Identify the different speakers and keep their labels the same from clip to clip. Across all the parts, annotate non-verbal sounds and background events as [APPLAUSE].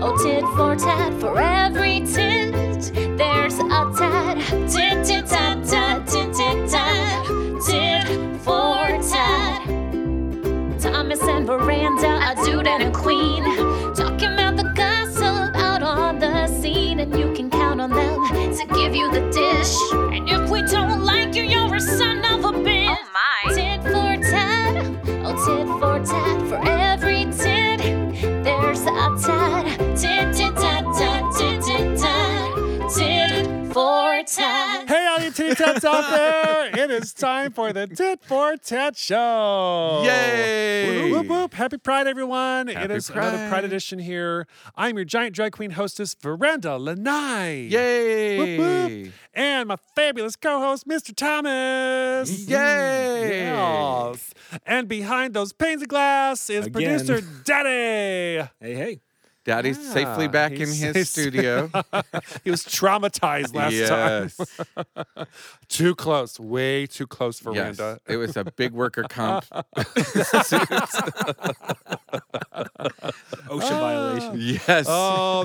Speaker 1: Oh, tit for tat, for every tit, there's a tat. Tit, tit, tat, tat, tit, tit, tat. Tit for tat. Thomas and Miranda, a dude and a queen. Talking about the gossip out on the scene, and you can count on them to give you the dish. And if we don't like you, you're a son of a bitch.
Speaker 2: Oh my.
Speaker 1: Tit for tat, oh tit for tat, for every tit, there's a tat. Tit, tit, tat, tat, tit, tit, tat, tit for tat.
Speaker 3: Hey, all you tit tats out there! It is time for the Tit for Tat Show.
Speaker 4: Yay!
Speaker 3: Whoop, whoop, whoop. Happy Pride, everyone! it
Speaker 4: Happy
Speaker 3: is another Pride
Speaker 4: Pride.
Speaker 3: edition here. I'm your giant drag queen hostess, Veranda Lanai. Whoop,
Speaker 4: Yay!
Speaker 3: whoop. And my fabulous co-host, Mr. Thomas.
Speaker 4: Yay!
Speaker 3: Yes. And behind those panes of glass is
Speaker 5: Again.
Speaker 3: producer
Speaker 4: [LAUGHS]
Speaker 3: Daddy. [LAUGHS]
Speaker 5: Hey, hey.
Speaker 4: Daddy's
Speaker 3: Yeah,
Speaker 4: safely back in
Speaker 3: Ah, he's
Speaker 4: his
Speaker 3: safe- [LAUGHS]
Speaker 4: studio.
Speaker 3: he was traumatized last time.
Speaker 4: yes. [LAUGHS]
Speaker 3: Too close. Way too close, Veranda.
Speaker 4: yes. It was a big worker
Speaker 3: [LAUGHS]
Speaker 4: comp.
Speaker 5: OSHA
Speaker 3: Ah.
Speaker 5: violation.
Speaker 4: [LAUGHS] yes.
Speaker 3: All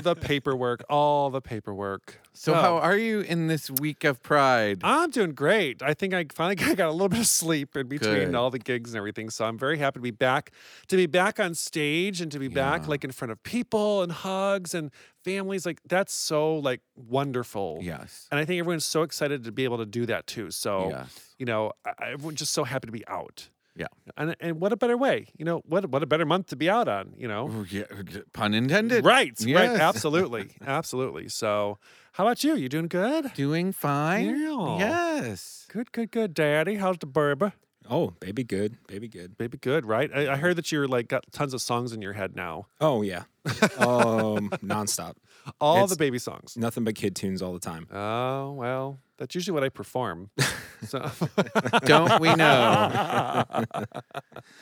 Speaker 4: [LAUGHS]
Speaker 3: the paperwork. All the paperwork. Oh,
Speaker 4: so, how are you in this week of Pride?
Speaker 3: I'm doing great. I think I finally [LAUGHS] got got a little bit of sleep in between
Speaker 4: Good.
Speaker 3: all the gigs and everything. So I'm very happy to be back, to be back on stage and to be back like in front of people and hugs and families. Like that's so like wonderful.
Speaker 4: yes.
Speaker 3: And I think everyone's so excited to be able to do that too. So,
Speaker 4: Yes.
Speaker 3: you know, I- I, everyone's just so happy to be out.
Speaker 4: Yeah.
Speaker 3: And, and what a better way, you know, what, what a better month to be out on, you know?
Speaker 4: Oh, yeah. Pun intended.
Speaker 3: Right, right,
Speaker 4: Yes.
Speaker 3: [LAUGHS] absolutely, absolutely. So, how about you? You doing good?
Speaker 4: Doing fine.
Speaker 3: Yeah. [LAUGHS]
Speaker 4: Yes.
Speaker 3: Good, good, good, Daddy. How's the burba?
Speaker 5: Oh, baby good. Baby good.
Speaker 3: Baby, good, right? I, I heard that you're like got tons of songs in your head now.
Speaker 5: Oh, yeah. [LAUGHS] um, nonstop.
Speaker 3: All the
Speaker 5: It's-
Speaker 3: baby songs.
Speaker 5: Nothing but kid tunes all the time.
Speaker 3: Oh well, that's usually what I [LAUGHS] perform. So,
Speaker 4: Don't we
Speaker 3: [LAUGHS]
Speaker 4: know?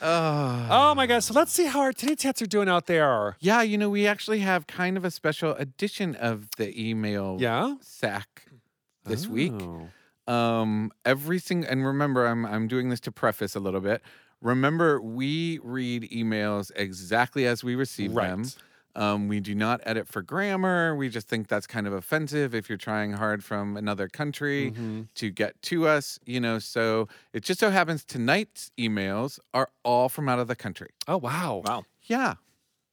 Speaker 4: oh.
Speaker 3: oh my gosh! So let's see how our titty tats are doing out there.
Speaker 4: Yeah, you know, we actually have kind of a special edition of the email
Speaker 3: Yeah.
Speaker 4: sack this week.
Speaker 3: Oh.
Speaker 4: Um, every single and remember, I'm I'm doing this to preface a little bit. Remember, we read emails exactly as we receive them.
Speaker 3: Right.
Speaker 4: Um, we do not edit for grammar. We just think that's kind of offensive if you're trying hard from another country
Speaker 3: Mhm.
Speaker 4: to get to us, you know. So it just so happens tonight's emails are all from out of the country.
Speaker 3: Oh wow!
Speaker 5: Wow.
Speaker 4: Yeah.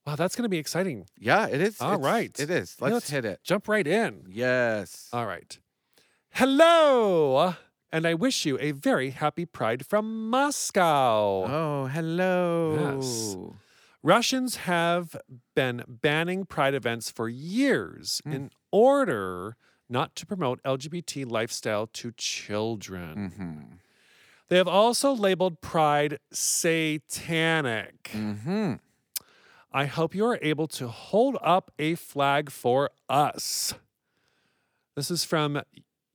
Speaker 3: Wow, that's gonna be exciting.
Speaker 4: Yeah, it is.
Speaker 3: All
Speaker 4: it's-
Speaker 3: right.
Speaker 4: It is.
Speaker 3: Yeah,
Speaker 4: Let's
Speaker 3: let's-
Speaker 4: hit it.
Speaker 3: Jump right in.
Speaker 4: Yes.
Speaker 3: All right. Hello, and I wish you a very happy Pride from Moscow.
Speaker 4: Oh, hello.
Speaker 3: Russians have been banning pride events for years in order not to promote LGBT lifestyle to children.
Speaker 4: Mm-hmm.
Speaker 3: They have also labeled pride satanic.
Speaker 4: Mm-hmm.
Speaker 3: I hope you are able to hold up a flag for us. This is from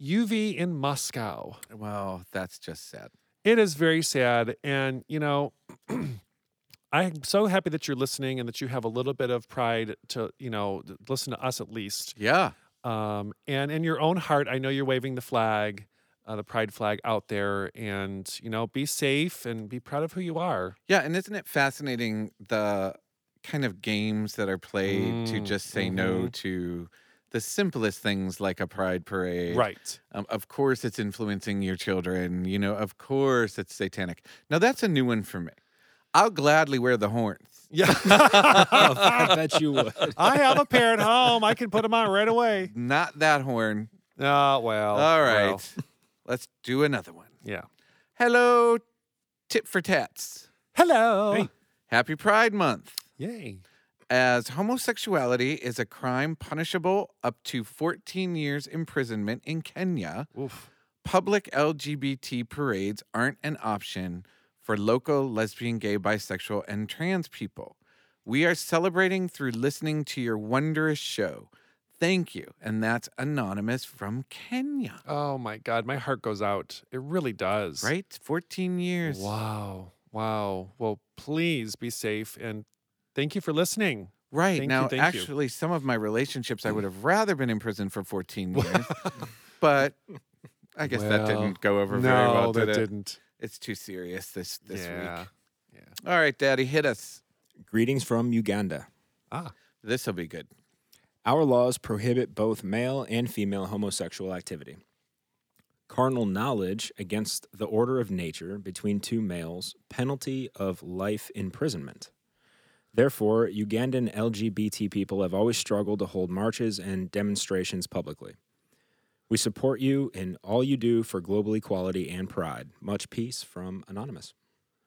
Speaker 3: UV in Moscow.
Speaker 4: Well, that's just sad.
Speaker 3: It is very sad. And, you know, [CLEARS THROAT] I'm so happy that you're listening and that you have a little bit of pride to, you know, th- listen to us at least.
Speaker 4: Yeah.
Speaker 3: Um, and in your own heart, I know you're waving the flag, uh, the pride flag out there. And, you know, be safe and be proud of who you are.
Speaker 4: Yeah. And isn't it fascinating the kind of games that are played to
Speaker 3: Mm,
Speaker 4: just say no to the simplest things like a pride parade?
Speaker 3: Right.
Speaker 4: Um, of course, it's influencing your children. You know, of course, it's satanic. Now, that's a new one for me. I'll gladly wear the horns.
Speaker 3: [LAUGHS] Yeah.
Speaker 5: Oh, [LAUGHS] I bet you would.
Speaker 3: I have a pair at home. I can put them on right away.
Speaker 4: Not that horn.
Speaker 3: Oh, well.
Speaker 4: All right.
Speaker 3: well, [LAUGHS]
Speaker 4: Let's do another one.
Speaker 3: yeah.
Speaker 4: Hello, Tip for Tats.
Speaker 3: Hello.
Speaker 5: Hey.
Speaker 4: Happy Pride Month.
Speaker 3: Yay.
Speaker 4: As homosexuality is a crime punishable up to 14 years imprisonment in Kenya,
Speaker 3: Oof.
Speaker 4: public LGBT parades aren't an option for local lesbian, gay, bisexual, and trans people. We are celebrating through listening to your wondrous show. Thank you. And that's Anonymous from Kenya,
Speaker 3: Oh, my God. My heart goes out. It really does.
Speaker 4: right? 14 years.
Speaker 3: Wow. Wow. Well, please be safe and thank you for listening.
Speaker 4: Right.
Speaker 3: Thank you,
Speaker 4: now,
Speaker 3: thank you. Mm.
Speaker 4: actually, some of my relationships I would have rather been in prison for 14
Speaker 3: [LAUGHS]
Speaker 4: years, but I guess that
Speaker 3: Well,
Speaker 4: didn't go over
Speaker 3: no,
Speaker 4: very well.
Speaker 3: that
Speaker 4: did it?
Speaker 3: didn't.
Speaker 4: It's too serious this, this
Speaker 3: yeah.
Speaker 4: week. All right, Daddy, hit us.
Speaker 5: Greetings from Uganda.
Speaker 3: Ah.
Speaker 4: This will be good.
Speaker 5: Our laws prohibit both male and female homosexual activity. Carnal knowledge against the order of nature between two males, penalty of life imprisonment. Therefore, Ugandan LGBT people have always struggled to hold marches and demonstrations publicly. We support you in all you do for global equality and pride. Much peace from Anonymous.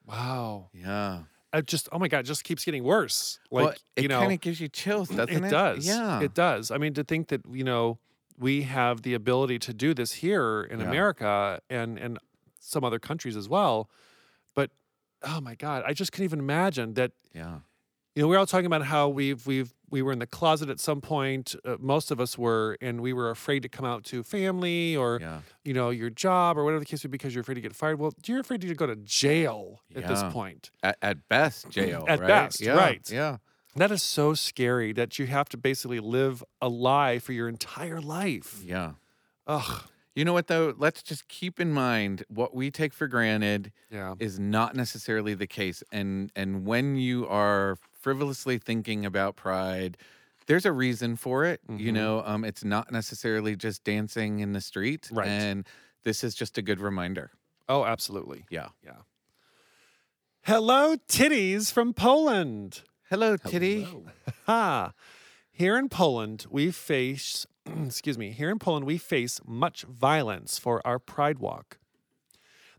Speaker 3: Wow.
Speaker 4: Yeah.
Speaker 3: I just oh my god, it just keeps getting worse. Like
Speaker 4: well, it
Speaker 3: you know,
Speaker 4: kind of gives you
Speaker 3: [CLEARS THROAT]
Speaker 4: chills, doesn't it?
Speaker 3: it does.
Speaker 4: Yeah.
Speaker 3: It does. I mean, to think that, you know, we have the ability to do this here in
Speaker 4: Yeah.
Speaker 3: America and and some other countries as well. But oh my God, I just couldn't even imagine that, [CLEARS THROAT]
Speaker 4: yeah.
Speaker 3: you know, we're all talking about how we've we've we were in the closet at some point, uh, most of us were, and we were afraid to come out to family or,
Speaker 4: Yeah.
Speaker 3: you know, your job or whatever the case would be because you're afraid to get fired. Well, you're afraid to go to jail at this
Speaker 4: Yeah.
Speaker 3: point.
Speaker 4: At, at best, jail.
Speaker 3: Mm, At
Speaker 4: right?
Speaker 3: best,
Speaker 4: Yeah.
Speaker 3: right.
Speaker 4: Yeah.
Speaker 3: That is so scary that you have to basically live a lie for your entire life.
Speaker 4: Yeah.
Speaker 3: Ugh.
Speaker 4: You know what though? Let's just keep in mind what we take for granted
Speaker 3: Yeah.
Speaker 4: is not necessarily the case. And and when you are frivolously thinking about pride, there's a reason for it. You
Speaker 3: Mhm.
Speaker 4: know, um, it's not necessarily just dancing in the street.
Speaker 3: Right.
Speaker 4: And this is just a good reminder.
Speaker 3: Oh, absolutely.
Speaker 4: Yeah.
Speaker 3: Hello, titties from Poland.
Speaker 4: Hello, Titty.
Speaker 3: Ha. Here in Poland, we face, [CLEARS THROAT] excuse me, here in Poland, we face much violence for our Pride Walk.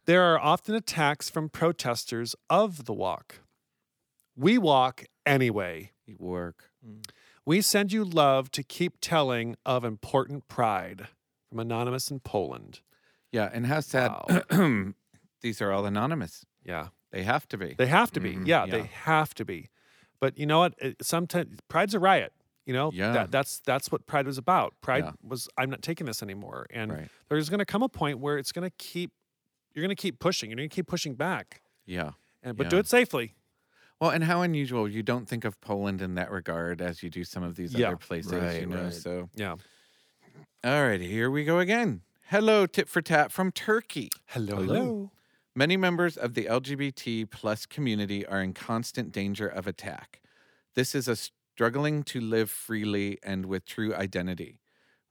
Speaker 3: There are often attacks from protesters of the walk. We walk anyway.
Speaker 4: Work.
Speaker 3: We send you love to keep telling of important pride. From Anonymous in Poland.
Speaker 4: Yeah. And how sad [CLEARS THROAT] these are all anonymous.
Speaker 3: Yeah.
Speaker 4: They have to be.
Speaker 3: They have to be.
Speaker 4: Mhm,
Speaker 3: yeah,
Speaker 4: yeah.
Speaker 3: they have to be. But you know what? It, sometimes pride's a riot. You know,
Speaker 4: Yeah.
Speaker 3: that, that's that's what pride was about. Pride
Speaker 4: Yeah.
Speaker 3: was I'm not taking this anymore. And
Speaker 4: Right.
Speaker 3: there's going to come a point where it's going to keep you're going to keep pushing. You're going to keep pushing back.
Speaker 4: Yeah.
Speaker 3: And but do
Speaker 4: Yeah.
Speaker 3: it safely.
Speaker 4: Well, and how unusual. You don't think of Poland in that regard as you do some of these
Speaker 3: Yeah.
Speaker 4: other places,
Speaker 5: Right,
Speaker 4: you know.
Speaker 5: right.
Speaker 4: So
Speaker 3: Yeah.
Speaker 4: all right, here we go again. Hello, tit for tat from Turkey.
Speaker 3: Hello.
Speaker 5: Hello.
Speaker 4: Many members of the LGBT plus community are in constant danger of attack. This is a struggling to live freely and with true identity.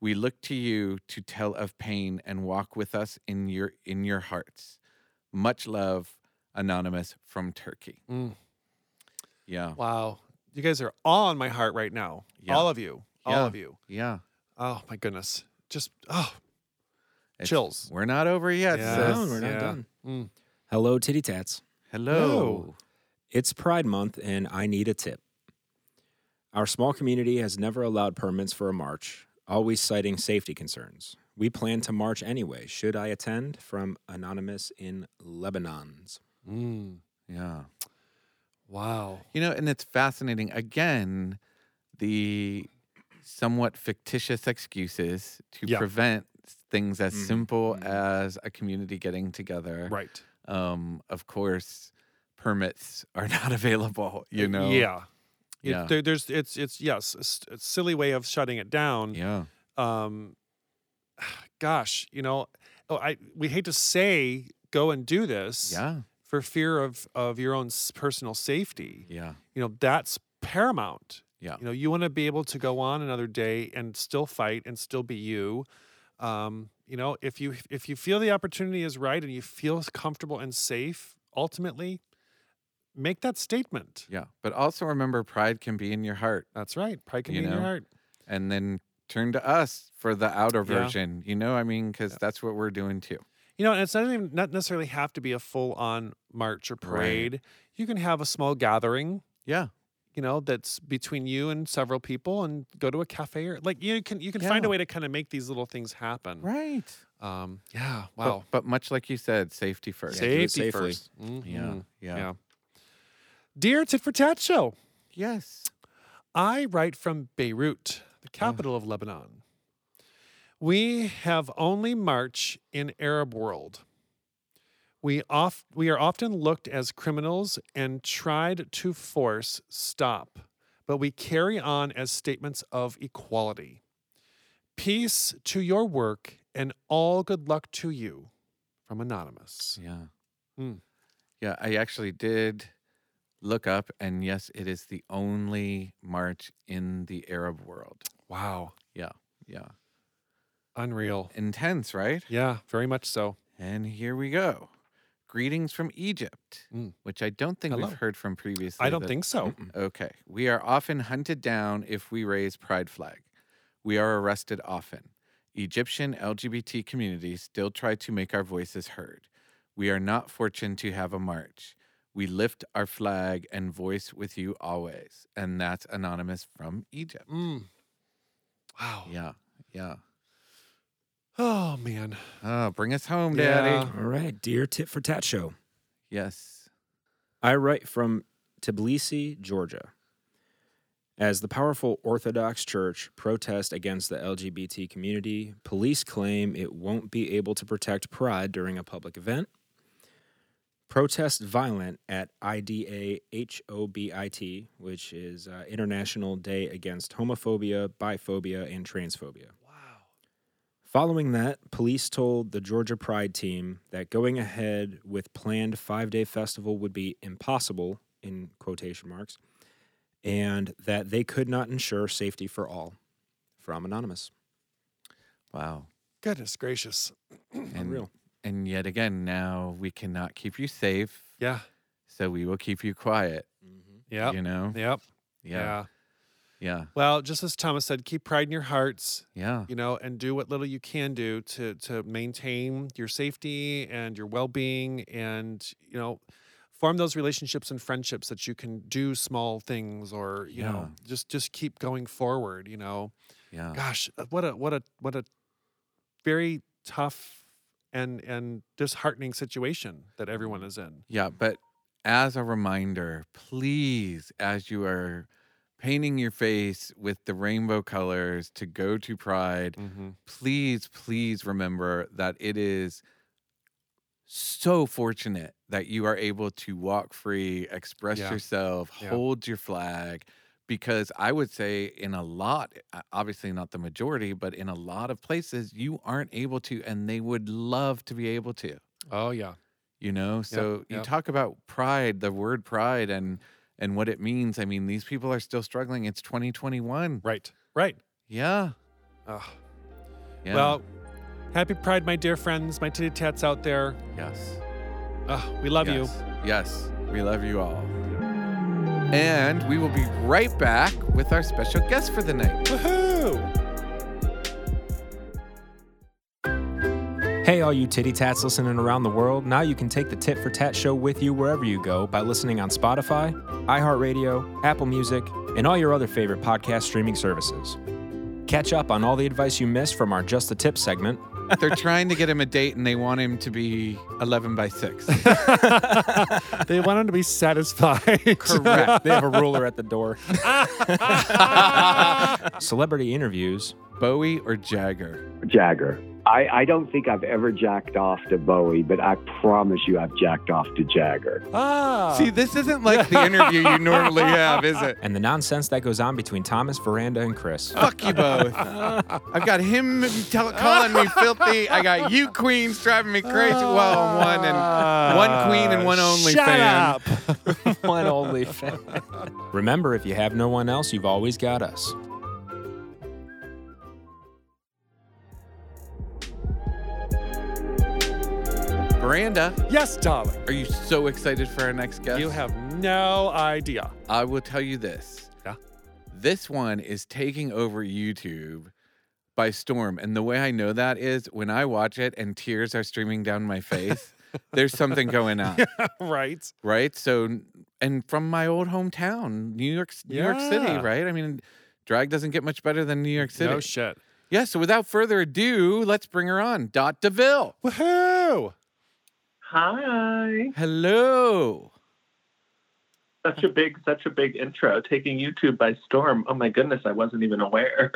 Speaker 4: We look to you to tell of pain and walk with us in your in your hearts. Much love, anonymous from Turkey.
Speaker 3: Mm.
Speaker 4: Yeah,
Speaker 3: Wow. You guys are all on my heart right now.
Speaker 4: Yeah.
Speaker 3: All of you. All
Speaker 4: Yeah.
Speaker 3: of you.
Speaker 4: yeah.
Speaker 3: Oh my goodness. Just oh,
Speaker 4: It's-
Speaker 3: Chills.
Speaker 4: We're not over yet.
Speaker 3: Yeah.
Speaker 4: sis.
Speaker 5: No, we're not
Speaker 3: Yeah.
Speaker 5: done.
Speaker 3: Mm.
Speaker 5: Hello, titty tats.
Speaker 4: Hello.
Speaker 5: It's Pride Month, and I need a tip. Our small community has never allowed permits for a march, always citing safety concerns. We plan to march anyway. Should I attend? From Anonymous in Lebanon's.
Speaker 3: Mm.
Speaker 4: Yeah.
Speaker 3: Wow.
Speaker 4: You know, and it's fascinating. Again, the somewhat fictitious excuses to
Speaker 3: Yeah. Mm-hmm.
Speaker 4: prevent things as
Speaker 5: Mhm.
Speaker 4: simple
Speaker 5: Mhm.
Speaker 4: as a community getting together.
Speaker 3: Right.
Speaker 4: Um, of course, permits are [LAUGHS] not available, you know?
Speaker 3: Uh, Yeah. It-
Speaker 4: Yeah.
Speaker 3: there- there's it's it's yes, a s- a silly way of shutting it down.
Speaker 4: Yeah.
Speaker 3: Um, gosh, you know, oh, I we hate to say go and do this
Speaker 4: Yeah.
Speaker 3: for fear of of your own s- personal safety.
Speaker 4: Yeah.
Speaker 3: You know, that's paramount.
Speaker 4: Yeah.
Speaker 3: You know, you want to be able to go on another day and still fight and still be you. Um, you know, if you if you feel the opportunity is right and you feel comfortable and safe, ultimately, make that statement.
Speaker 4: Yeah. But also remember pride can be in your heart.
Speaker 3: That's right. Pride can
Speaker 4: You
Speaker 3: be in your
Speaker 4: know?
Speaker 3: heart.
Speaker 4: And then turn to us for the outer
Speaker 3: Yeah.
Speaker 4: version. You know, I mean, because that's what we're doing too.
Speaker 3: You know, and it's not even not necessarily have to be a full on march or parade. You can have a small gathering,
Speaker 4: Yeah.
Speaker 3: you know, that's between you and several people and go to a cafe or like you can you can find a
Speaker 4: Yeah.
Speaker 3: way to kind of make these little things happen.
Speaker 4: Right.
Speaker 3: Um yeah,
Speaker 4: But-
Speaker 3: wow.
Speaker 4: But, much like you said, safety first.
Speaker 5: Yeah, do it
Speaker 3: Safety
Speaker 5: safely.
Speaker 3: first.
Speaker 4: Yeah.
Speaker 3: Mhm.
Speaker 4: Yeah.
Speaker 3: Yeah. Dear Tit for Tat Show,
Speaker 4: Yes.
Speaker 3: I write from Beirut, the capital of Lebanon. We have only march in Arab world. We oft, we are often looked as criminals and tried to force stop, but we carry on as statements of equality. Peace to your work and all good luck to you. From Anonymous.
Speaker 4: Yeah.
Speaker 3: Mm.
Speaker 4: Yeah. I actually did look up, and yes, it is the only march in the Arab world.
Speaker 3: Wow.
Speaker 4: Yeah. Yeah.
Speaker 3: Unreal.
Speaker 4: Intense, right?
Speaker 3: Yeah, very much so.
Speaker 4: And here we go. Greetings from Egypt,
Speaker 3: Mm.
Speaker 4: which I don't think
Speaker 3: Hello.
Speaker 4: we've heard from previously.
Speaker 3: I don't
Speaker 4: that-
Speaker 3: think
Speaker 5: [CLEARS THROAT]
Speaker 3: so.
Speaker 4: Okay. We are often hunted down if we raise pride flag. We are arrested often. Egyptian LGBT communities still try to make our voices heard. We are not fortunate to have a march. We lift our flag and voice with you always. And that's anonymous from Egypt.
Speaker 3: Mm. Wow.
Speaker 4: Yeah. Yeah.
Speaker 3: Oh man.
Speaker 4: Oh, bring us home, Daddy.
Speaker 3: Yeah.
Speaker 5: All right, dear Tit for Tat Show.
Speaker 4: Yes.
Speaker 5: I write from Tbilisi, Georgia. As the powerful Orthodox Church protest against the LGBT community, police claim it won't be able to protect pride during a public event. Protest violent at IDA HOBIT, which is uh, International Day Against Homophobia, Biphobia, and Transphobia.
Speaker 3: Wow.
Speaker 5: Following that, police told the Georgia Pride team that going ahead with planned five-day festival would be impossible in quotation marks, and that they could not ensure safety for all. From anonymous,
Speaker 4: Wow.
Speaker 3: Goodness gracious.
Speaker 4: Hmm.
Speaker 5: unreal.
Speaker 4: And yet again, now we cannot keep you safe.
Speaker 3: Yeah.
Speaker 4: So we will keep you quiet.
Speaker 3: Yep.
Speaker 4: You know?
Speaker 3: Yep.
Speaker 4: Yeah. Yeah.
Speaker 3: Well, just as Thomas said, keep pride in your hearts,
Speaker 4: Yeah.
Speaker 3: you know, and do what little you can do to to maintain your safety and your well-being and, you know, form those relationships and friendships that you can do small things or, you know, just just keep going forward, you know.
Speaker 4: Yeah.
Speaker 3: gosh uh, what a what a what a very tough and and disheartening situation that everyone
Speaker 4: Mm-hmm.
Speaker 3: is in
Speaker 4: Yeah, but as a reminder, please, as you are painting your face with the rainbow colors to go to Pride,
Speaker 3: Mm.
Speaker 4: please, please remember that it is so fortunate that you are able to walk free, express
Speaker 3: Yeah.
Speaker 4: yourself,
Speaker 3: Yeah.
Speaker 4: hold your flag. Because I would say, in a lot, uh, obviously not the majority, but in a lot of places, you aren't able to, and they would love to be able to
Speaker 3: oh yeah
Speaker 4: you know so you
Speaker 3: yep.
Speaker 4: talk about pride the word pride and and what it means i mean these people are still struggling it's 2021
Speaker 3: right right
Speaker 4: yeah,
Speaker 3: Ugh.
Speaker 4: yeah.
Speaker 3: well happy pride my dear friends my titty tats out there
Speaker 4: yes
Speaker 3: Ugh, we love you
Speaker 4: yes. yes we love you all and we will be right back with our special guest for the
Speaker 3: [LAUGHS]
Speaker 4: night
Speaker 3: Woohoo!
Speaker 5: Mm-hmm. Hey, all you titty tats listening around the world! Now you can take the Tit for Tat show with you wherever you go by listening on Spotify, iHeartRadio, Apple Music, and all your other favorite podcast streaming services. Catch up on all the advice you missed from our Just the Tip segment
Speaker 4: they're trying to get him a date and they want him to be 11 by
Speaker 3: [LAUGHS]
Speaker 4: 6
Speaker 3: they want them to be satisfied
Speaker 5: [LAUGHS]
Speaker 4: correct [LAUGHS]
Speaker 5: they have a ruler at the door. [LAUGHS] Celebrity interviews.
Speaker 4: bowie or jagger
Speaker 2: Jagger. I, I don't think I've ever jacked off to Bowie, but I promise you I've jacked off to Jagger.
Speaker 3: [LAUGHS] ah
Speaker 4: see this isn't like
Speaker 3: [LAUGHS]
Speaker 4: the interview you normally have is it
Speaker 5: And the nonsense that goes on between Thomas, Veranda, and [LAUGHS] Chris.
Speaker 4: Fuck you both. I've got him tell calling me filthy. I got you queens driving me crazy. Well, one and one queen and one only
Speaker 3: Ah. Shut
Speaker 4: fan.
Speaker 3: up.
Speaker 5: one only fan. Remember, if you have no one else, you've always got us.
Speaker 4: Miranda,
Speaker 3: yes darling
Speaker 4: are you so excited for our next guest?
Speaker 3: you have no idea
Speaker 4: I will tell you this.
Speaker 3: Yeah.
Speaker 4: This one is taking over YouTube by storm, and the way I know that is when I watch it and tears are streaming down my
Speaker 3: [LAUGHS]
Speaker 4: face. there's something going on,
Speaker 3: right
Speaker 4: [LAUGHS] right? So, and from my old hometown, New York, New York City,
Speaker 3: Yeah.
Speaker 4: right? I mean, drag doesn't get much better than New York City.
Speaker 3: no shit
Speaker 4: Yeah, so without further ado, let's bring her on. Dot DeVille. [LAUGHS]
Speaker 3: Woohoo! [LAUGHS]
Speaker 6: Hi.
Speaker 4: Hello.
Speaker 6: Such a big, such a big intro, taking YouTube by storm. Oh my goodness, I wasn't
Speaker 4: [LAUGHS]
Speaker 6: even aware.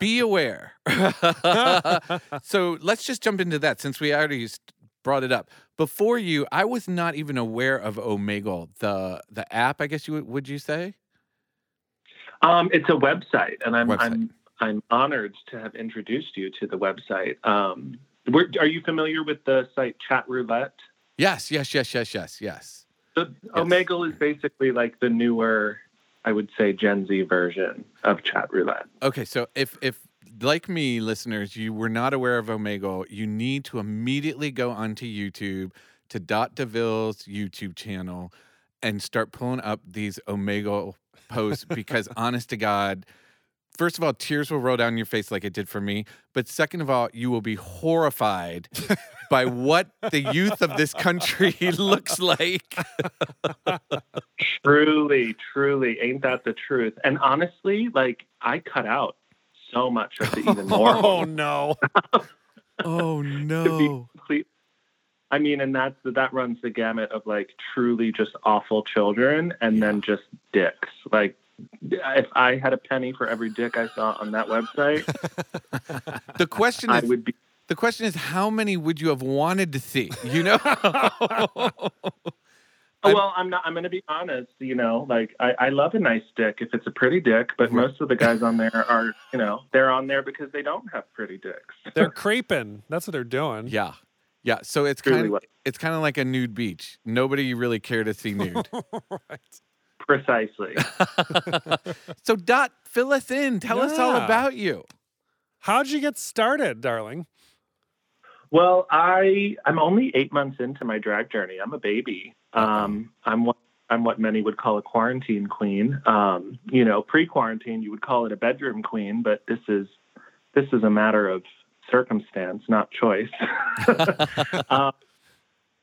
Speaker 4: Be aware. [LAUGHS] so let's just jump into that since we already s- brought it up. Before you, I was not even aware of Omegle, the the app, I guess you would, would you say?
Speaker 6: um, it's a website, and I'm,
Speaker 4: Website.
Speaker 6: I'm, I'm honored to have introduced you to the website. Um, where, are you familiar with the site Chat Roulette?
Speaker 4: Yes, yes, yes, yes, yes, yes.
Speaker 6: The Omegle is basically like the newer I would say Gen Z version of chat roulette.
Speaker 4: Okay, so if if like me, listeners, you were not aware of Omegle, you need to immediately go onto YouTube to Dot DeVille's YouTube channel and start pulling up these Omegle [LAUGHS] posts because honest to God, first of all, tears will roll down your face like it did for me. But second of all, you will be horrified by what the youth of this country [LAUGHS] looks like.
Speaker 6: Truly, truly, ain't that the truth? And honestly, like I cut out so much of
Speaker 4: [LAUGHS]
Speaker 6: the even more.
Speaker 3: Oh no. [LAUGHS]
Speaker 4: Oh
Speaker 6: [LAUGHS] to be
Speaker 4: no.
Speaker 6: complete. I mean, and that's that runs the gamut of like truly just awful children, and then just dicks. Like, if I had a penny for every dick I saw on that website,
Speaker 4: The question
Speaker 6: I
Speaker 4: is
Speaker 6: would be.
Speaker 4: The question is, how many would you have wanted to see? You know? I'm-
Speaker 6: well, I'm not. I'm going to be honest. You know, like I, I love a nice dick if it's a pretty dick, but
Speaker 4: Right.
Speaker 6: most of the guys on there are, you know, they're on there because they don't have pretty dicks.
Speaker 3: They're creeping. That's what they're doing.
Speaker 4: yeah. Yeah. So it's
Speaker 6: Truly
Speaker 4: kind of
Speaker 6: Hmm? what-
Speaker 4: it's kind of like a nude beach. Nobody really care to
Speaker 6: [LAUGHS]
Speaker 4: see nude.
Speaker 3: [LAUGHS] right.
Speaker 6: Precisely.
Speaker 4: so Dot, fill us in. Tell us all
Speaker 3: Yeah.
Speaker 4: about you.
Speaker 3: How'd you get started, darling?
Speaker 6: Well, I I'm only eight months into my drag journey. I'm a baby. Um, I'm what I'm what many would call a quarantine queen. Um, you know, pre-quarantine you would call it a bedroom queen, but this is this is a matter of circumstance, not choice. [LAUGHS] um,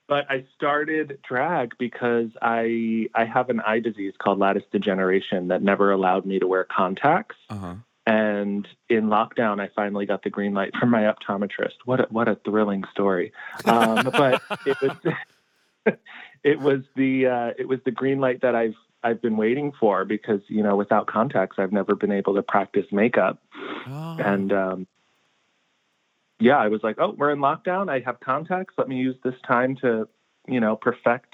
Speaker 6: but I started drag because I I have an eye disease called lattice degeneration that never allowed me to wear contacts.
Speaker 4: Uh-huh.
Speaker 6: And in lockdown, I finally got the green light from my optometrist. What a, what a thrilling story! Um, but it was [LAUGHS] it was the uh, it was the green light that I've I've been waiting for because you know without contacts, I've never been able to practice makeup.
Speaker 4: Mm-hmm.
Speaker 6: And um, yeah, I was like, oh, we're in lockdown. I have contacts. Let me use this time to you know perfect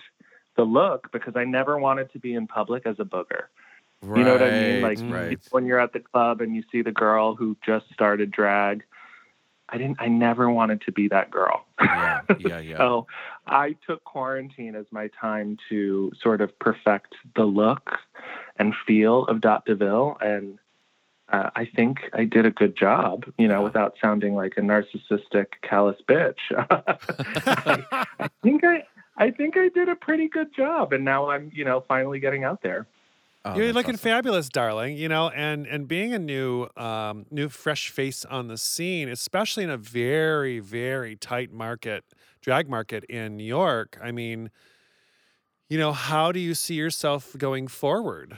Speaker 6: the look because I never wanted to be in public as a booger.
Speaker 4: right,
Speaker 6: You know what I mean? Like
Speaker 4: Oh, right.
Speaker 6: when you're at the club and you see the girl who just started drag. I didn't. I never wanted to be that girl.
Speaker 4: yeah, yeah,
Speaker 6: [LAUGHS]
Speaker 4: yeah.
Speaker 6: So I took quarantine as my time to sort of perfect the look and feel of Dot Deville, and uh, I think I did a good job. You know, without sounding like a narcissistic, callous bitch. [LAUGHS] I, I think I. I think I did a pretty good job, and now I'm, you know, finally getting out there.
Speaker 4: Oh,
Speaker 3: You're
Speaker 4: that's
Speaker 3: looking
Speaker 4: awesome.
Speaker 3: fabulous, darling. You know, and and being a new, um, new fresh face on the scene, especially in a very, very tight market, drag market in New York. I mean, you know, how do you see yourself going forward?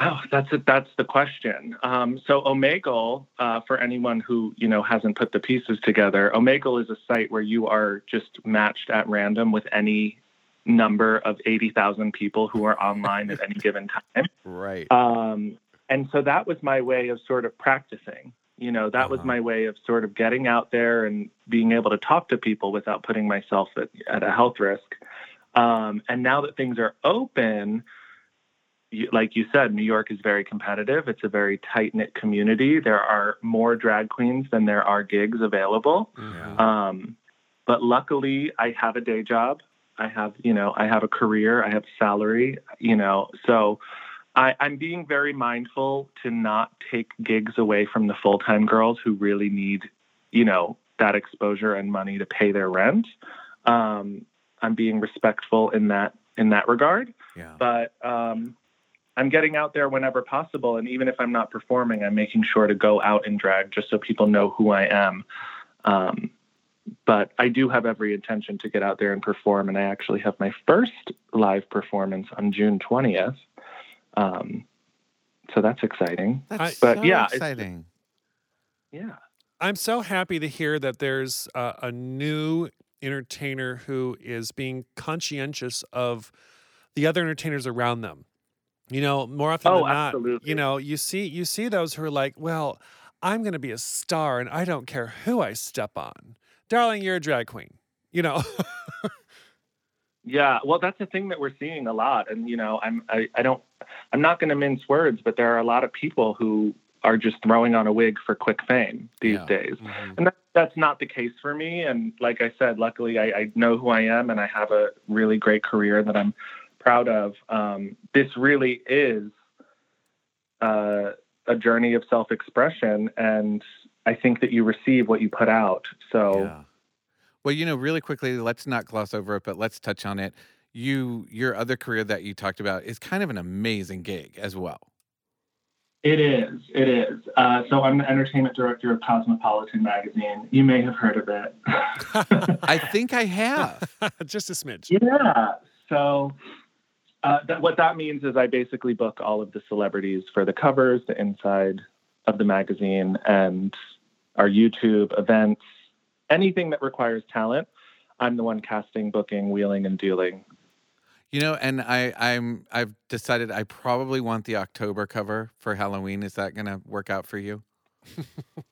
Speaker 6: Oh, that's it. That's the question. Um, so Omegle, uh, for anyone who you know hasn't put the pieces together, Omegle is a site where you are just matched at random with any number of eighty thousand people who are online at any given time.
Speaker 4: right.
Speaker 6: Um, and so that was my way of sort of practicing. You know, that was
Speaker 4: Uh-huh.
Speaker 6: my way of sort of getting out there and being able to talk to people without putting myself at, at a health risk. Um, and now that things are open, you, like you said, New York is very competitive. It's a very tight knit community. There are more drag queens than there are gigs available.
Speaker 4: Yeah.
Speaker 6: Um, but luckily, I have a day job. I have, you know, I have a career. I have salary. You know, so I, I'm being very mindful to not take gigs away from the full time girls who really need, you know, that exposure and money to pay their rent. Um, I'm being respectful in that in that regard
Speaker 4: yeah.
Speaker 6: but um, I'm getting out there whenever possible. And even if I'm not performing, I'm making sure to go out and drag just so people know who I am. Um, but I do have every intention to get out there and perform. And I actually have my first live performance on June 20th. Um, so that's exciting.
Speaker 4: That's
Speaker 3: I-
Speaker 6: but
Speaker 4: so
Speaker 6: yeah, it's-
Speaker 4: exciting.
Speaker 6: Yeah.
Speaker 3: I'm so happy to hear that there's uh, a new entertainer who is being conscientious of the other entertainers around them. You know, more often
Speaker 6: Oh,
Speaker 3: than not,
Speaker 6: absolutely.
Speaker 3: you know, you see you see those who are like, "Well, I'm going to be a star and I don't care who I step on." Darling, you're a drag queen. You
Speaker 6: [LAUGHS]
Speaker 3: know. [LAUGHS]
Speaker 6: Yeah, well, that's a thing that we're seeing a lot, and you know, I'm I, I don't I'm not going to mince words, but there are a lot of people who are just throwing on a wig for quick fame these
Speaker 4: Yeah.
Speaker 6: days,
Speaker 4: Mm-hmm.
Speaker 6: and that, that's not the case for me. And like I said, luckily I, I know who I am, and I have a really great career that I'm proud of. Um, this really is uh, a journey of self expression, and I think that you receive what you put out. So
Speaker 3: Yeah.
Speaker 4: Well, you know, really quickly, let's not gloss over it, but let's touch on it. You, your other career that you talked about is kind of an amazing gig as well.
Speaker 6: It is. It is. Uh, so I'm the entertainment director of Cosmopolitan magazine. You may have heard of it. [LAUGHS]
Speaker 4: I think I have.
Speaker 3: Just a smidge.
Speaker 6: yeah. So uh, that, what that means is I basically book all of the celebrities for the covers, the inside of the magazine, and our YouTube events, anything that requires talent. I'm the one casting, booking, wheeling, and dealing.
Speaker 4: You know, and I, I'm, I've decided I probably want the October cover for Halloween. Is that going to work out for
Speaker 6: [LAUGHS]
Speaker 4: you?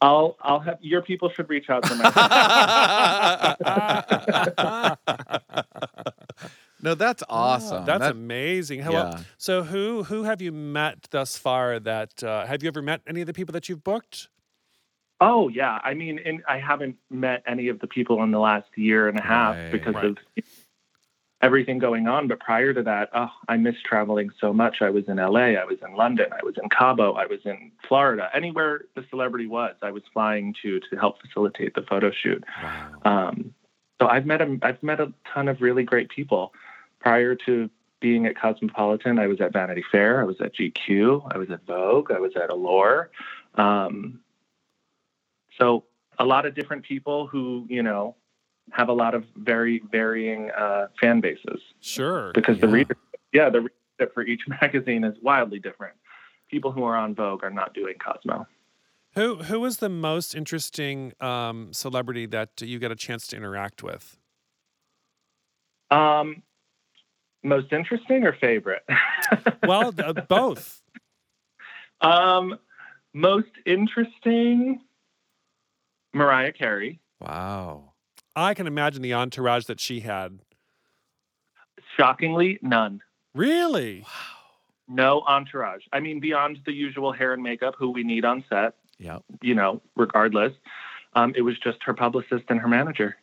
Speaker 6: I'll, I'll have your people should reach out
Speaker 4: [LAUGHS]
Speaker 6: to my.
Speaker 4: no, that's
Speaker 6: Oh,
Speaker 4: awesome.
Speaker 3: That's
Speaker 4: That-
Speaker 3: amazing. How well-
Speaker 4: Yeah.
Speaker 3: So who who have you met thus far? That uh, have you ever met any of the people that you've booked?
Speaker 6: Oh yeah, I mean, and I haven't met any of the people in the last year and a half
Speaker 4: Right.
Speaker 6: because
Speaker 3: Right.
Speaker 6: of everything going on. But prior to that, oh, I miss traveling so much. I was in LA, I was in London, I was in Cabo, I was in Florida. Anywhere the celebrity was, I was flying to to help facilitate the photo shoot. Um, so I've met a, I've met a ton of really great people. Prior to being at Cosmopolitan, I was at Vanity Fair, I was at GQ, I was at Vogue, I was at Allure. Um, so a lot of different people who you know have a lot of very varying uh, fan bases
Speaker 3: Sure.
Speaker 6: because the
Speaker 4: Yeah.
Speaker 6: readership, yeah, the readership for each [LAUGHS] magazine is wildly different. People who are on Vogue are not doing Cosmo.
Speaker 3: Who who was the most interesting um, celebrity that you got a chance to interact with?
Speaker 6: Um, most interesting or favorite? [LAUGHS]
Speaker 3: Well, th- uh, both.
Speaker 6: um, most interesting, Mariah Carey.
Speaker 4: wow.
Speaker 3: I can imagine the entourage that she had.
Speaker 6: Shockingly, none.
Speaker 3: Really?
Speaker 6: No entourage. I mean, beyond the usual hair and makeup, who we need on set.
Speaker 4: Yeah.
Speaker 6: you know, regardless. Um, it was just her publicist and her manager.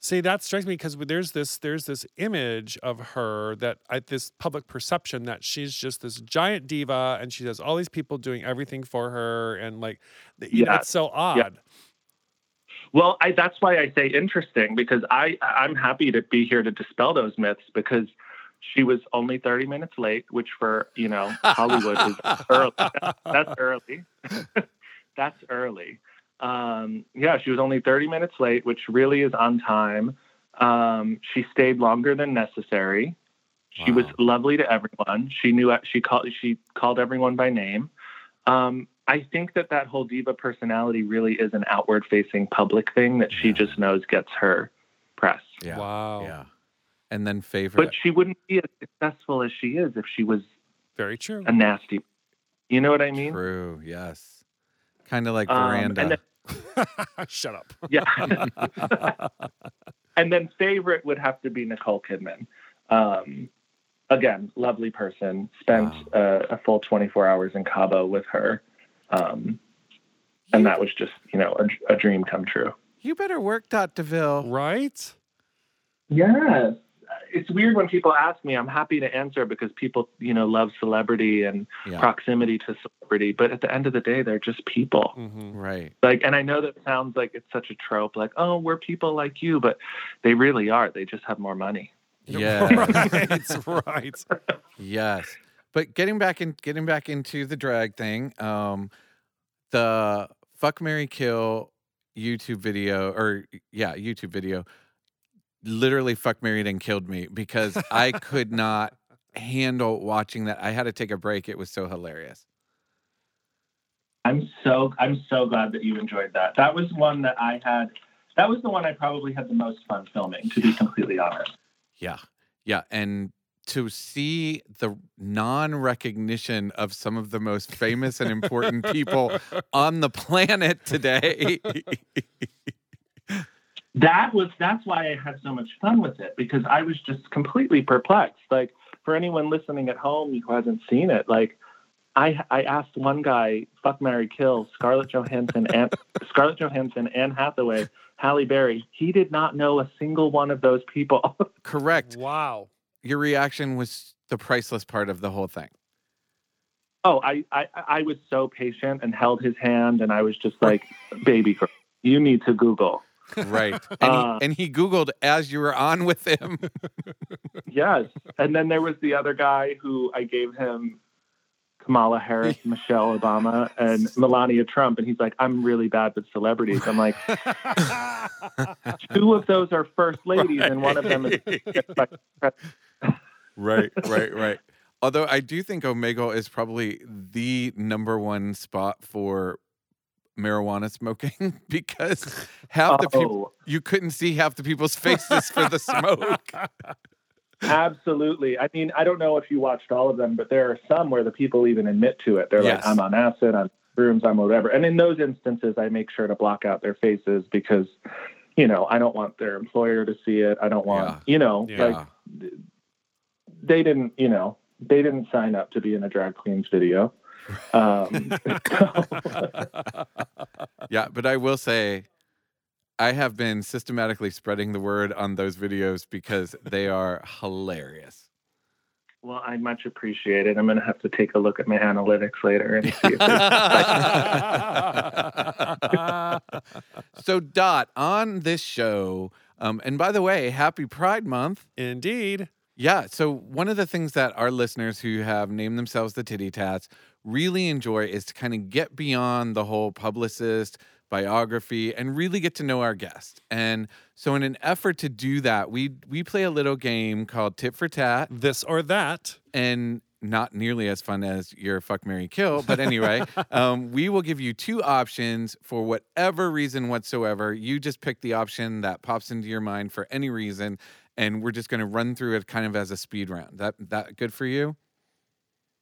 Speaker 3: See, that strikes me because there's this there's this image of her that I, this public perception that she's just this giant diva and she has all these people doing everything for her and like, th- you know,
Speaker 6: Yeah.
Speaker 3: it's so odd.
Speaker 6: Well, I, that's why I say interesting because I I'm happy to be here to dispel those myths because she was only 30 minutes late, which for you know Hollywood
Speaker 3: [LAUGHS]
Speaker 6: is early. That's early. [LAUGHS] that's early. Um, yeah, she was only 30 minutes late, which really is on time. Um, she stayed longer than necessary. She was
Speaker 4: Wow.
Speaker 6: lovely to everyone. She knew uh, she called she called everyone by name. Um, I think that that whole diva personality really is an outward facing public thing that she
Speaker 4: Yeah.
Speaker 6: just knows gets her press.
Speaker 4: Yeah.
Speaker 6: Oh.
Speaker 3: Wow.
Speaker 4: Yeah. And then favorite.
Speaker 6: But she wouldn't be as successful as she is if she was
Speaker 3: Very true.
Speaker 6: a nasty. You know what I mean?
Speaker 4: True. Yes. Kind of like
Speaker 6: Um, and
Speaker 4: Miranda.
Speaker 6: then-
Speaker 3: [LAUGHS] Shut up.
Speaker 6: Yeah. [LAUGHS] and then favorite would have to be Nicole Kidman. Um, again, lovely person. Spent uh, a full 24 hours in Cabo with her. Um, and that was just, you know, a, a dream come true.
Speaker 4: you better work, Dot
Speaker 6: Oh.
Speaker 4: Deville.
Speaker 3: Right?
Speaker 6: Yes. It's weird when people ask me. I'm happy to answer because people, you know, love celebrity and
Speaker 4: Yeah.
Speaker 6: proximity to celebrity. But at the end of the day, they're just people.
Speaker 3: Mm-hmm.
Speaker 4: Right.
Speaker 6: Like, and I know that sounds like it's such a trope, like, oh, we're people like you, but they really are. They just have more money. [LAUGHS]
Speaker 4: Yes.
Speaker 3: [LAUGHS] right. right.
Speaker 4: yes. But getting back in getting back into the drag thing, um, the fuck Mary Kill YouTube video or yeah, YouTube video literally fuck married and killed me because I could not handle watching that. I had to take a break. It was so hilarious.
Speaker 6: I'm so I'm so glad that you enjoyed that. That was one that I had. That was the one I probably had the most fun filming, to be completely honest.
Speaker 4: Yeah. Yeah. And to see the non recognition of some of the most famous and important
Speaker 3: [LAUGHS]
Speaker 6: [LAUGHS]
Speaker 4: people on the planet today.
Speaker 6: That was that's why I had so much fun with it because I was just completely perplexed. Like for anyone listening at home who hasn't seen it, like I I asked one guy, fuck Mary Kill, Scarlett Johansson and Scarlett Johansson, Anne Hathaway, Halle Berry. He did not know a single one of those people. [LAUGHS]
Speaker 4: Correct.
Speaker 3: Wow.
Speaker 4: Your reaction was the priceless part of the whole thing?
Speaker 6: Oh, I, I, I was so patient and held his hand, and I was just like, baby girl, you need to Google.
Speaker 4: Right. [LAUGHS] And,
Speaker 6: Uh,
Speaker 4: he, and he Googled as you were on with him.
Speaker 6: Yes. And then there was the other guy who I gave him Kamala Harris, Michelle Obama, and Melania Trump. And he's like, I'm really bad with celebrities. I'm like, two of those are first ladies, and [LAUGHS] one of them is. [LAUGHS]
Speaker 4: right, [LAUGHS] right, right. Although I do think Omegle is probably the number one spot for marijuana smoking [LAUGHS] because half the people
Speaker 6: Oh,
Speaker 4: you couldn't see half the people's faces for
Speaker 6: [LAUGHS]
Speaker 4: the [LAUGHS] smoke.
Speaker 6: absolutely. I mean, I don't know if you watched all of them, but there are some where the people even admit to it. They're
Speaker 4: Yes.
Speaker 6: like, I'm on acid, I'm shrooms, I'm whatever. And in those instances, I make sure to block out their faces because, you know, I don't want their employer to see it. I don't want, you know,
Speaker 3: Yeah.
Speaker 6: like they didn't, you know, they didn't sign up to be in a drag queen's video. Um,
Speaker 4: Yeah, but I will say I have been systematically spreading the word on those videos because they are hilarious.
Speaker 6: well, I much appreciate it. I'm going to have to take a look at my analytics later and see if
Speaker 3: [LAUGHS]
Speaker 6: it's
Speaker 4: so Dot on this show, um, and by the way, happy Pride Month.
Speaker 3: [LAUGHS] Indeed.
Speaker 4: Yeah. So one of the things that our listeners who have named themselves the Titty Tats really enjoy is to kind of get beyond the whole publicist biography and really get to know our guest. And so in an effort to do that, we we play a little game called Tit for Tat
Speaker 3: This or that.
Speaker 4: and not nearly as fun as your fuck Mary Kill. But anyway, um, we will give you two options for whatever reason whatsoever. You just pick the option that pops into your mind for any reason, and we're just gonna run through it kind of as a speed round. That that good for you?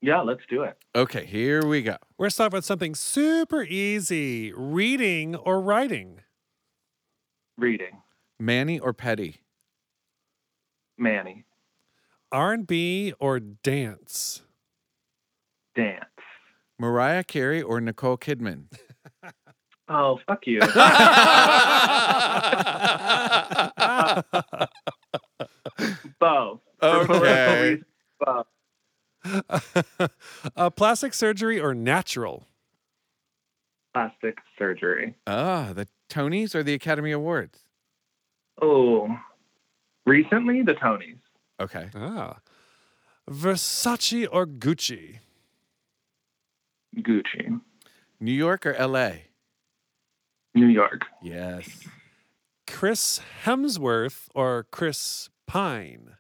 Speaker 6: yeah, let's do it.
Speaker 4: Okay, here we go.
Speaker 3: We're starting with something super easy reading or writing.
Speaker 6: Reading,
Speaker 4: Manny or Petty?
Speaker 6: Manny,
Speaker 3: R&B or dance. [LAUGHS]
Speaker 6: dance.
Speaker 4: Mariah Carey or Nicole Kidman?
Speaker 6: Oh, fuck you. Both. For political
Speaker 4: Okay.
Speaker 6: reasons, both.
Speaker 3: uh, plastic surgery or natural.
Speaker 6: Plastic surgery.
Speaker 4: Ah, the Tonys or the Academy Awards?
Speaker 6: Oh, recently the Tonys.
Speaker 4: Okay.
Speaker 3: Ah. Versace or Gucci.
Speaker 6: Gucci,
Speaker 4: New York or LA?
Speaker 6: New York.
Speaker 4: Yes.
Speaker 3: Chris Hemsworth or Chris Pine.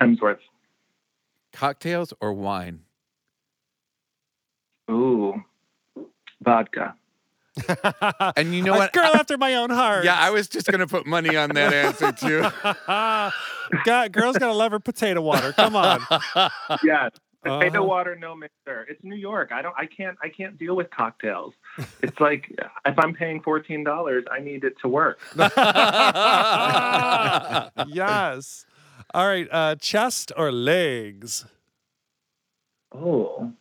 Speaker 6: Hemsworth.
Speaker 4: Cocktails or wine?
Speaker 6: Ooh, vodka.
Speaker 4: And you
Speaker 3: No, [LAUGHS]
Speaker 4: know
Speaker 3: a
Speaker 4: what?
Speaker 3: girl after my own heart. [LAUGHS]
Speaker 4: Yeah, I was just gonna put money on that answer too.
Speaker 3: God, girl's gonna love her potato water.
Speaker 4: [LAUGHS]
Speaker 3: Come on.
Speaker 6: Yes. Potato
Speaker 3: Uh-huh.
Speaker 6: water, no mixer. It's New York. I don't. I can't. I can't deal with cocktails. It's like if I'm paying fourteen dollars, I need it to work.
Speaker 3: Uh-huh. [LAUGHS] yes. All right. Uh, chest or legs? [LAUGHS]
Speaker 6: Oh,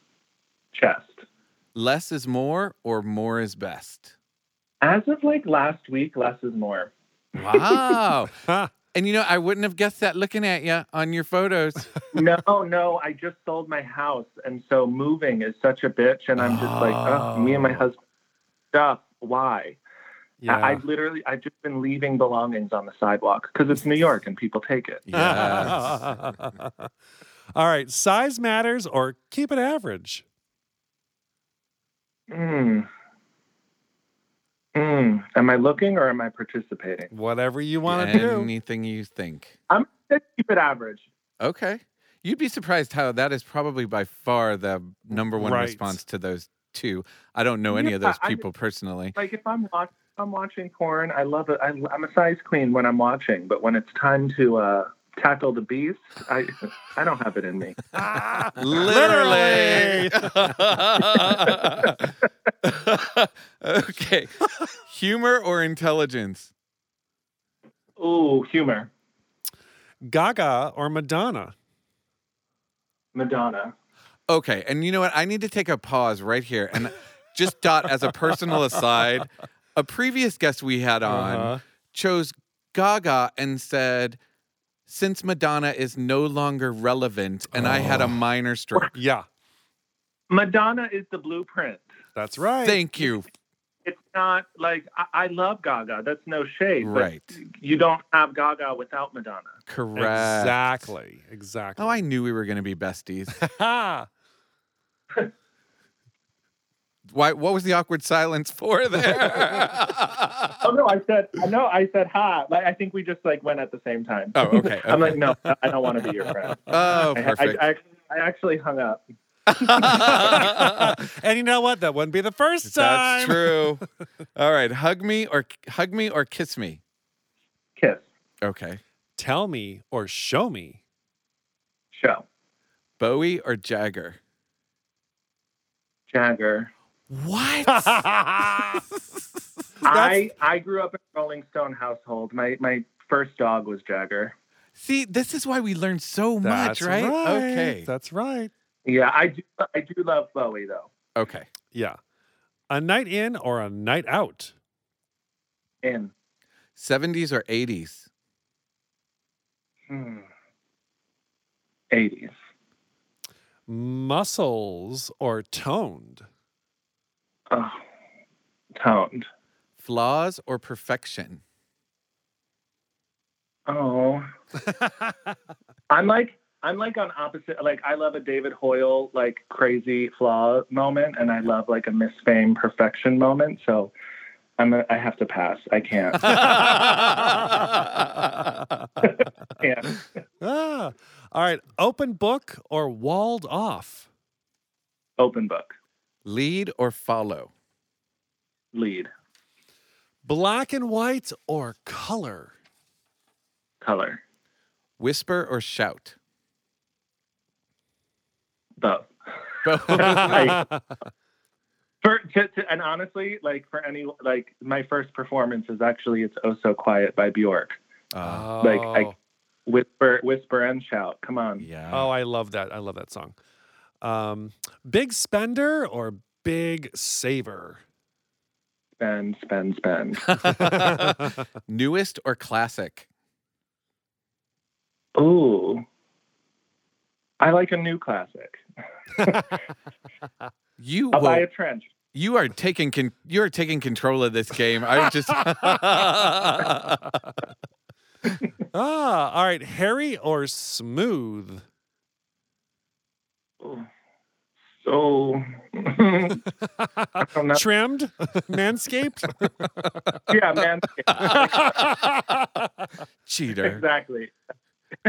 Speaker 6: chest.
Speaker 4: [LAUGHS] Less is more or more is best.
Speaker 6: As of like last week, less is more.
Speaker 4: Wow.
Speaker 3: Huh.
Speaker 4: [LAUGHS] and you know, I wouldn't have guessed that looking at you on your photos.
Speaker 6: No, no. I just sold my house, and so moving is such a bitch. And I'm just like, oh, me and my husband. Stuff. Why?
Speaker 3: Yeah.
Speaker 6: I, I've literally. I've just been leaving belongings on the sidewalk because it's New York and people take it.
Speaker 4: Yes. [LAUGHS]
Speaker 3: All right. Size matters or keep it average.
Speaker 6: Mm. Mm. Am I looking or am I participating?
Speaker 3: Whatever you want to do.
Speaker 4: Anything you think.
Speaker 6: I'm gonna keep it average.
Speaker 4: Okay. You'd be surprised how that is probably by far the number one
Speaker 3: Right.
Speaker 4: response to those two. I don't know any of
Speaker 6: Yeah,
Speaker 4: those
Speaker 6: I-
Speaker 4: people personally.
Speaker 6: Like if I'm watch, if I'm watching porn, I love it. I, I'm a size queen when I'm watching, but when it's time to uh, tackle the beast, I [LAUGHS] I don't have it in me.
Speaker 4: Literally. [LAUGHS] okay. Humor or intelligence?
Speaker 6: Ooh, humor.
Speaker 3: [LAUGHS] Gaga or Madonna.
Speaker 6: Madonna.
Speaker 4: Okay. And you know what? I need to take a pause right here and just dot as a personal aside. A previous guest we had on
Speaker 3: Uh-huh.
Speaker 4: chose Gaga and said, since Madonna is no longer relevant and I had a
Speaker 3: Oh.
Speaker 4: minor stroke.
Speaker 3: Yeah,
Speaker 6: Madonna is the blueprint.
Speaker 3: that's right.
Speaker 4: Thank you.
Speaker 6: It's not like I, I love Gaga. That's no shade. but
Speaker 4: Right.
Speaker 6: You don't have Gaga without Madonna.
Speaker 4: Correct.
Speaker 3: exactly. Exactly.
Speaker 4: Oh, I knew we were going to be besties.
Speaker 3: [LAUGHS] Ha! [LAUGHS]
Speaker 4: Why? What was the awkward silence for there?
Speaker 3: [LAUGHS]
Speaker 6: Oh no, I said no. I said ha. Like, I think we just like went at the same time.
Speaker 4: oh, okay.
Speaker 6: I'm
Speaker 4: okay.
Speaker 6: like, no, I don't want to be your friend.
Speaker 4: [LAUGHS] oh,
Speaker 6: I,
Speaker 4: perfect.
Speaker 6: I, I, I actually hung up. [LAUGHS]
Speaker 4: [LAUGHS]
Speaker 3: and you know what? That wouldn't be the first
Speaker 4: That's
Speaker 3: time.
Speaker 4: [LAUGHS] true. All right, hug me or hug me or kiss me.
Speaker 6: Kiss.
Speaker 4: Okay.
Speaker 3: Tell me or show me.
Speaker 6: Show.
Speaker 4: Bowie or Jagger?
Speaker 6: Jagger.
Speaker 3: [LAUGHS]
Speaker 4: What?
Speaker 3: That's
Speaker 6: I, I grew up in a Rolling Stone household. My my first dog was Jagger.
Speaker 4: See, this is why we learn so much, right? Okay.
Speaker 3: That's right.
Speaker 6: Yeah, I do I do love Bowie though.
Speaker 4: Okay.
Speaker 3: Yeah. A night in or a night out.
Speaker 6: In
Speaker 4: 70s or 80s?
Speaker 6: hmm, 80s.
Speaker 3: Muscles or toned. [LAUGHS]
Speaker 6: Oh, toned.
Speaker 4: Flaws or perfection?
Speaker 6: Oh. I'm like I'm like on opposite like I love a David Hoyle like crazy flaw moment and I love like a Miss Fame perfection moment. So I'm a, I have to pass. I can't.
Speaker 3: [LAUGHS]
Speaker 6: can't.
Speaker 3: Ah. All right. Open book or walled off.
Speaker 6: Open book.
Speaker 4: Lead or follow?
Speaker 6: Lead.
Speaker 3: Black and white or color.
Speaker 4: [LAUGHS]
Speaker 6: Color.
Speaker 4: Whisper or [LAUGHS] shout?
Speaker 6: Both.
Speaker 4: Both.
Speaker 6: For to, to, and honestly, like for any like my first performance is actually it's Oh So Quiet by Bjork.
Speaker 4: Uh,
Speaker 3: Oh.
Speaker 6: Like I whisper, whisper and shout. Come on.
Speaker 4: yeah.
Speaker 3: Oh, I love that. I love that song. Um, big spender or big saver?
Speaker 6: Spend, spend, spend.
Speaker 4: Newest or classic?
Speaker 6: Ooh. I like a new classic.
Speaker 4: You
Speaker 6: I'll buy
Speaker 4: will
Speaker 6: a trench.
Speaker 4: You are taking con- you are taking control of this game. I'm [LAUGHS] just
Speaker 3: ah, all right. Hairy or smooth?
Speaker 6: Ooh. So [LAUGHS] I don't know.
Speaker 3: Trimmed? Manscaped? [LAUGHS]
Speaker 6: Yeah, [LAUGHS] man. uh,
Speaker 4: cheater.
Speaker 6: exactly.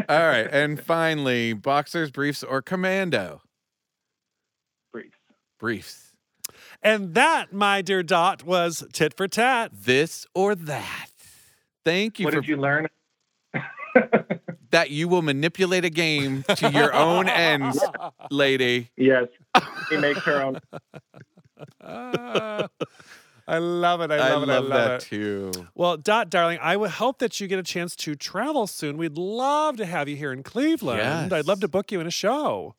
Speaker 4: All right, and finally, boxers, briefs, or commando
Speaker 6: Briefs.
Speaker 4: briefs.
Speaker 3: and that, my dear Dot, was tit for tat.
Speaker 4: This or that. Thank you
Speaker 6: What
Speaker 4: for
Speaker 6: did you learn?
Speaker 4: that. You will manipulate a game to your own
Speaker 3: [LAUGHS]
Speaker 4: ends, lady.
Speaker 6: Yes. He makes her [LAUGHS] own.
Speaker 3: Ah, [LAUGHS] I love it. I
Speaker 4: I love,
Speaker 3: love it. I love
Speaker 4: that
Speaker 3: it.
Speaker 4: too.
Speaker 3: Well, Dot, darling, I would hope that you get a chance to travel soon. We'd love to have you here in Cleveland. I'd love
Speaker 4: Yes.
Speaker 3: to book you in a show.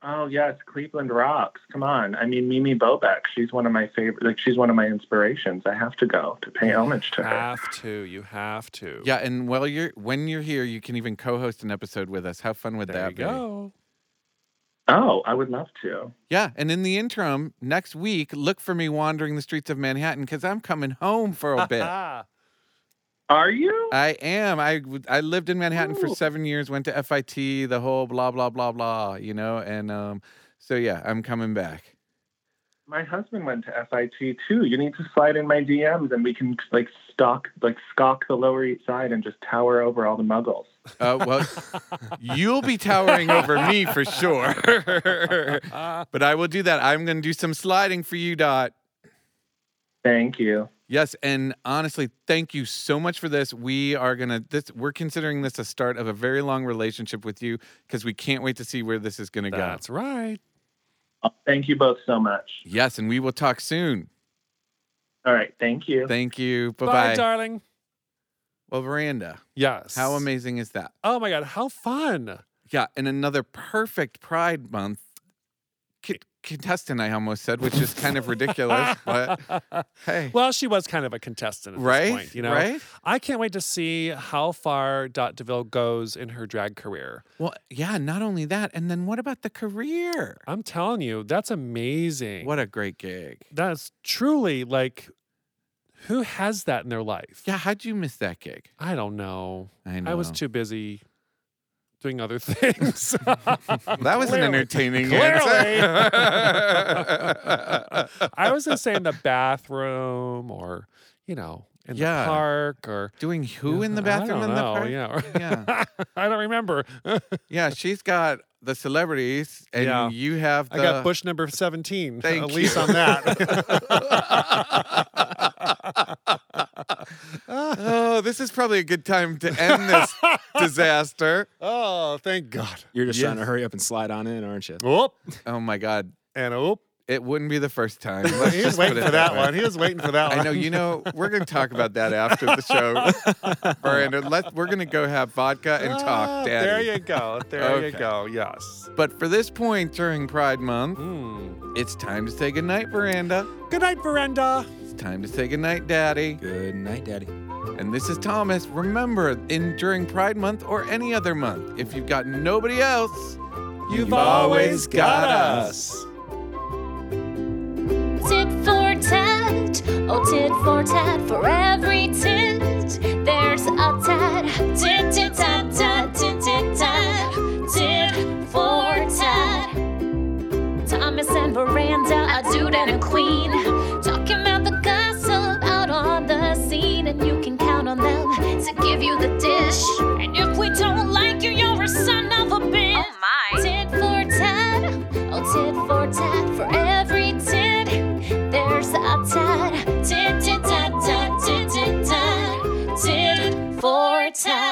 Speaker 6: Oh yes, Cleveland rocks. Come on. I mean Mimi Bobek, she's one of my favorite like she's one of my inspirations. I have to go to pay homage to her.
Speaker 3: Have to. You have to.
Speaker 4: Yeah, and while you're when you're here, you can even co-host an episode with us. How fun would
Speaker 3: There
Speaker 4: that
Speaker 3: you
Speaker 4: be?
Speaker 3: go.
Speaker 6: Oh, I would love to.
Speaker 4: Yeah, and in the interim, next week, look for me wandering the streets of Manhattan because I'm coming home for a
Speaker 3: [LAUGHS]
Speaker 4: bit.
Speaker 6: Are you?
Speaker 4: I am. I w- I lived in Manhattan for
Speaker 6: Ooh.
Speaker 4: seven years. Went to FIT. The whole blah blah blah blah. You know, and um, so yeah, I'm coming back.
Speaker 6: My husband went to FIT too. You need to slide in my DMs and we can like stalk like stalk the lower east side and just tower over all the muggles.
Speaker 4: Uh, well, you'll be towering over me for sure. [LAUGHS]
Speaker 3: Ah,
Speaker 4: but I will do that. I'm going to do some sliding for you, Dot.
Speaker 6: Thank you.
Speaker 4: Yes, and honestly, thank you so much for this. We are gonna this we're considering this a start of a very long relationship with you because we can't wait to see where this is gonna go.
Speaker 3: That's right.
Speaker 6: Thank you both so much.
Speaker 4: Yes, and we will talk soon.
Speaker 6: All right, thank you.
Speaker 4: Thank you.
Speaker 3: Bye,
Speaker 4: Bye bye.
Speaker 3: darling.
Speaker 4: Well, Miranda,
Speaker 3: Yes.
Speaker 4: how amazing is that?
Speaker 3: Oh my God, how fun.
Speaker 4: Yeah, and another perfect Pride Month. Could, contestant, I almost said, which is kind of
Speaker 3: [LAUGHS]
Speaker 4: ridiculous. but hey,
Speaker 3: Well, she was kind of a contestant at
Speaker 4: right?
Speaker 3: this point, you know.
Speaker 4: Right?
Speaker 3: I can't wait to see how far Dot DeVille goes in her drag career.
Speaker 4: Well, yeah, not only that. And then what about the career?
Speaker 3: I'm telling you, that's amazing.
Speaker 4: What a great gig.
Speaker 3: that's truly like who has that in their life?
Speaker 4: Yeah, how'd you miss that gig?
Speaker 3: I don't know.
Speaker 4: I know.
Speaker 3: I was too busy doing other [LAUGHS] things.
Speaker 4: That was an
Speaker 3: Clearly.
Speaker 4: entertaining answer. [LAUGHS]
Speaker 3: Clearly. I was gonna say in the bathroom or, you know, in
Speaker 4: Yeah.
Speaker 3: the park or
Speaker 4: Doing who in the
Speaker 3: I
Speaker 4: bathroom
Speaker 3: don't
Speaker 4: in the
Speaker 3: know, [LAUGHS]
Speaker 4: park?
Speaker 3: Yeah. I don't remember.
Speaker 4: Yeah, she's got the celebrities, and
Speaker 3: Yeah.
Speaker 4: you have the.
Speaker 3: I got Bush number 17.
Speaker 4: Thank
Speaker 3: at least
Speaker 4: you.
Speaker 3: on that.
Speaker 4: [LAUGHS] oh, this is probably a good time to end
Speaker 3: [LAUGHS]
Speaker 4: this disaster.
Speaker 3: oh, thank God.
Speaker 5: You're just trying to
Speaker 4: Yes.
Speaker 5: hurry up and slide on in, aren't you?
Speaker 3: Whoop
Speaker 4: Oh my God,
Speaker 3: and oop.
Speaker 4: it wouldn't be the first
Speaker 3: [LAUGHS]
Speaker 4: time. Let's
Speaker 3: He
Speaker 4: just
Speaker 3: was
Speaker 4: put
Speaker 3: waiting
Speaker 4: [LAUGHS] it
Speaker 3: for that
Speaker 4: way.
Speaker 3: one. He was waiting for that one.
Speaker 4: I know. You know, we're gonna talk about that after the
Speaker 3: [LAUGHS]
Speaker 4: show, or and let uh, we're gonna go have vodka and
Speaker 3: Ah,
Speaker 4: talk, Daddy.
Speaker 3: There you go. There you
Speaker 4: Okay.
Speaker 3: go. Yes.
Speaker 4: But for this point during Pride Month,
Speaker 3: Mm.
Speaker 4: it's time to say goodnight, Veranda.
Speaker 3: Good night, Veranda.
Speaker 4: It's time to say goodnight, Daddy.
Speaker 5: Good night, Daddy.
Speaker 4: And this is Thomas. Remember, in during Pride Month or any other month, if you've got nobody else,
Speaker 3: You've always got us.
Speaker 1: Tit for tat, oh tit for tat, for every tit there's a tat. Tit tit tat tat tit tit tat, tit for tat. Thomas and Miranda, a dude and a queen, talking about the gossip out on the scene, and you can count on them to give you the dish. And if we don't like you, you're a son of a bitch. Oh my. Tit for tat, oh tit for tat, for every tit there's a tat. Tit tit tat tat tit tit tat, tit for tat.